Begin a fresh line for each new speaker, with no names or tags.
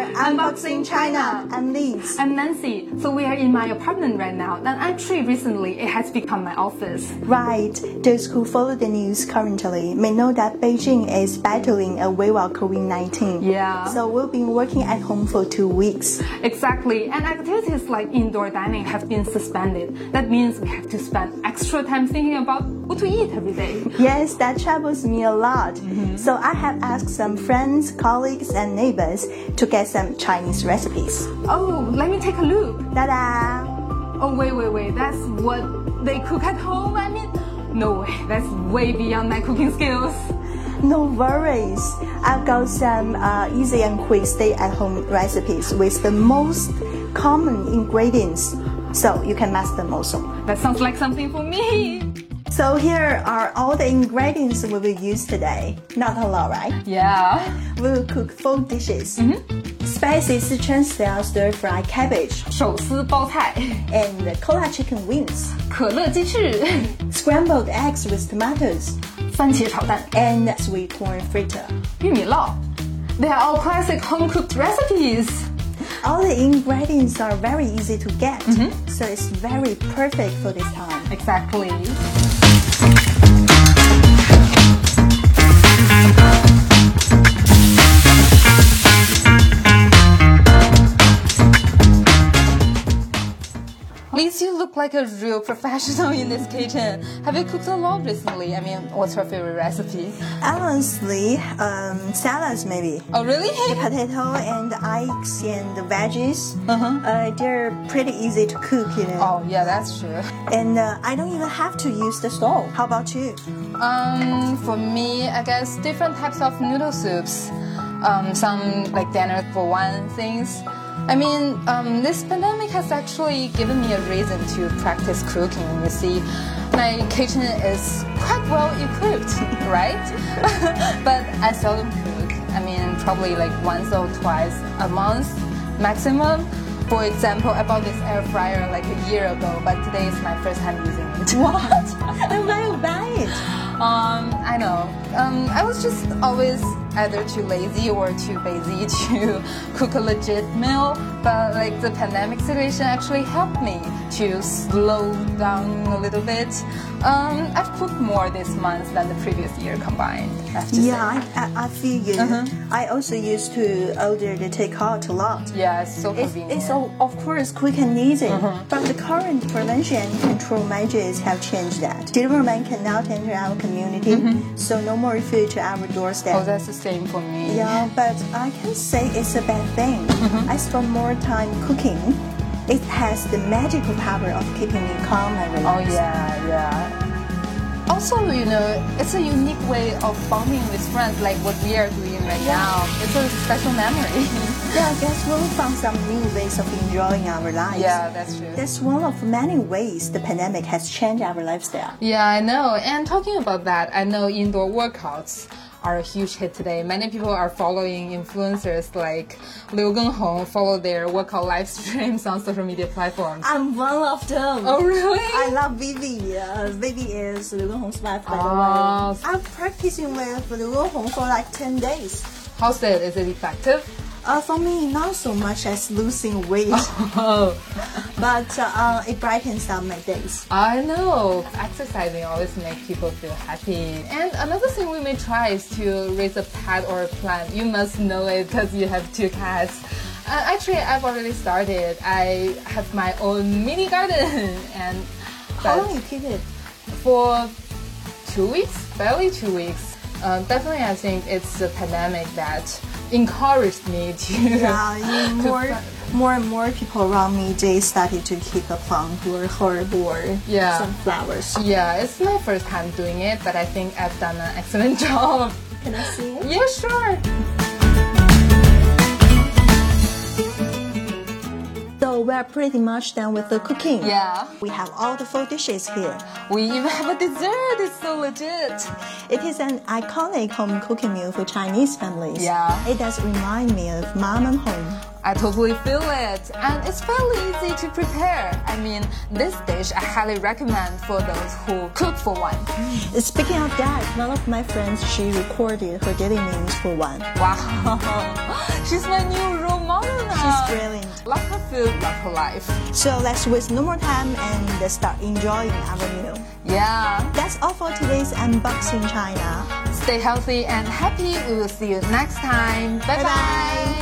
What's in China? I'm Liz.
I'm Nancy. So we are in my apartment right now, and actually recently it has become my office.
Right. Those who follow the news currently may know that Beijing is battling a wave of COVID 19.
Yeah.
So we've been working at home for two weeks.
Exactly. And activities like indoor dining have been suspended. That means we have to spend extra time thinking about what to eat every day.
Yes, that troubles me a lot. So I have asked some friends, colleagues, and neighbors to get some Chinese recipes.
Oh, let me take a look.
Ta da!
Oh, wait, wait, wait. That's what they cook at home? I mean, no way. That's way beyond my cooking skills.
No worries. I've got some uh, easy and quick stay at home recipes with the most common ingredients. So you can master them also.
That sounds like something for me.
So here are all the ingredients we will use today. Not a lot, right?
Yeah.
We will cook four dishes. Spicy Sichuan style stir fried cabbage
手撕包菜，可乐鸡翅。
and cola chicken wings, scrambled eggs with tomatoes,
番茄炒蛋、
and sweet corn fritter.
玉米烙。They are all classic home cooked recipes.
All the ingredients are very easy to get, so it's very perfect for this time.
Exactly. Liz, you look like a real professional in this kitchen. Have you cooked a lot recently? I mean, what's your favorite recipe?
Honestly, um, salads maybe.
Oh, really?
The potato and eggs and the veggies,
Uh-huh.
uh, they're pretty easy to cook, you know.
Oh, yeah, that's true.
And uh, I don't even have to use the stove. How about you?
Um, for me, I guess different types of noodle soups. Um, some like dinner for one things. I mean, um, this pandemic has actually given me a reason to practice cooking. You see, my kitchen is quite well equipped, right? but I seldom cook. I mean, probably like once or twice a month maximum. For example, I bought this air fryer like a year ago, but today is my first time using it. What?
I'm going to buy it.
Um, I know. Um, I was just always either too lazy or too busy to cook a legit meal, but like the pandemic situation actually helped me to slow down a little bit. Um, I've cooked more this month than the previous year combined. I Uh-huh. have to
Yeah,
say.
I, I, I feel you. I also used to order the takeout a lot.
Yeah, Uh-huh. it's so
It's,
convenient.
it's all, of course quick and easy, but the current prevention and control measures have changed that. Deliverymen cannot enter our community, so no more food to our doorstep.
Mm-hmm. oh, that's the same for me.
yeah, but I can say it's a bad thing. I spend more time cooking. It has the magical power of keeping me calm and
Oh
relaxed.
yeah, yeah. Also, you know, it's a unique way of bonding with friends, like what we are doing right now. It's a special memory.
Yeah, I guess we'll find some new ways of enjoying our lives.
yeah, that's true.
That's one of many ways the pandemic has changed our lifestyle.
yeah, I know. And talking about that, I know indoor workouts are a huge hit today. Many people are following influencers like Liu Genghong, follow their workout live streams on social media platforms.
I'm one of them.
oh, really?
I love Vivi. Uh, Vivi is Liu Hong's wife, by
Ah.
the way. I'm practicing with Liu Hong for like 10 days.
How's it? Is it effective?
Uh, for me, not so much as losing weight,
Oh.
but uh, it brightens up my days.
I know. Exercising always makes people feel happy. And another thing we may try is to raise a pet or a plant. You must know it because you have two cats. Uh, actually, I've already started. I have my own mini garden, and
How
but
long Oh, you keep it?
for two weeks, barely two weeks. Um, definitely, I think it's the pandemic that encouraged me to.
Yeah, Uh, you- more, more and more people around me, they started to keep a plant or herb or
Yeah.
some flowers.
Yeah, it's my first time doing it, but I think I've done an excellent job.
Can I see it?
Yeah, sure.
So we're pretty much done with the cooking.
Yeah.
We have all the four dishes here.
We even have a dessert. It's so legit.
It is an iconic home cooking meal for Chinese families.
Yeah.
It does remind me of mom and home.
I totally feel it, and it's fairly easy to prepare. I mean, this dish I highly recommend for those who cook for one.
Speaking of that, one of my friends she recorded her daily meals for one.
Wow, she's my new role model now.
She's brilliant.
Love her food, love her life.
So let's waste no more time and start enjoying our meal.
Yeah,
That's all for today's unboxing China.
stay healthy and happy. We will see you next time. Bye bye.
Bye-bye.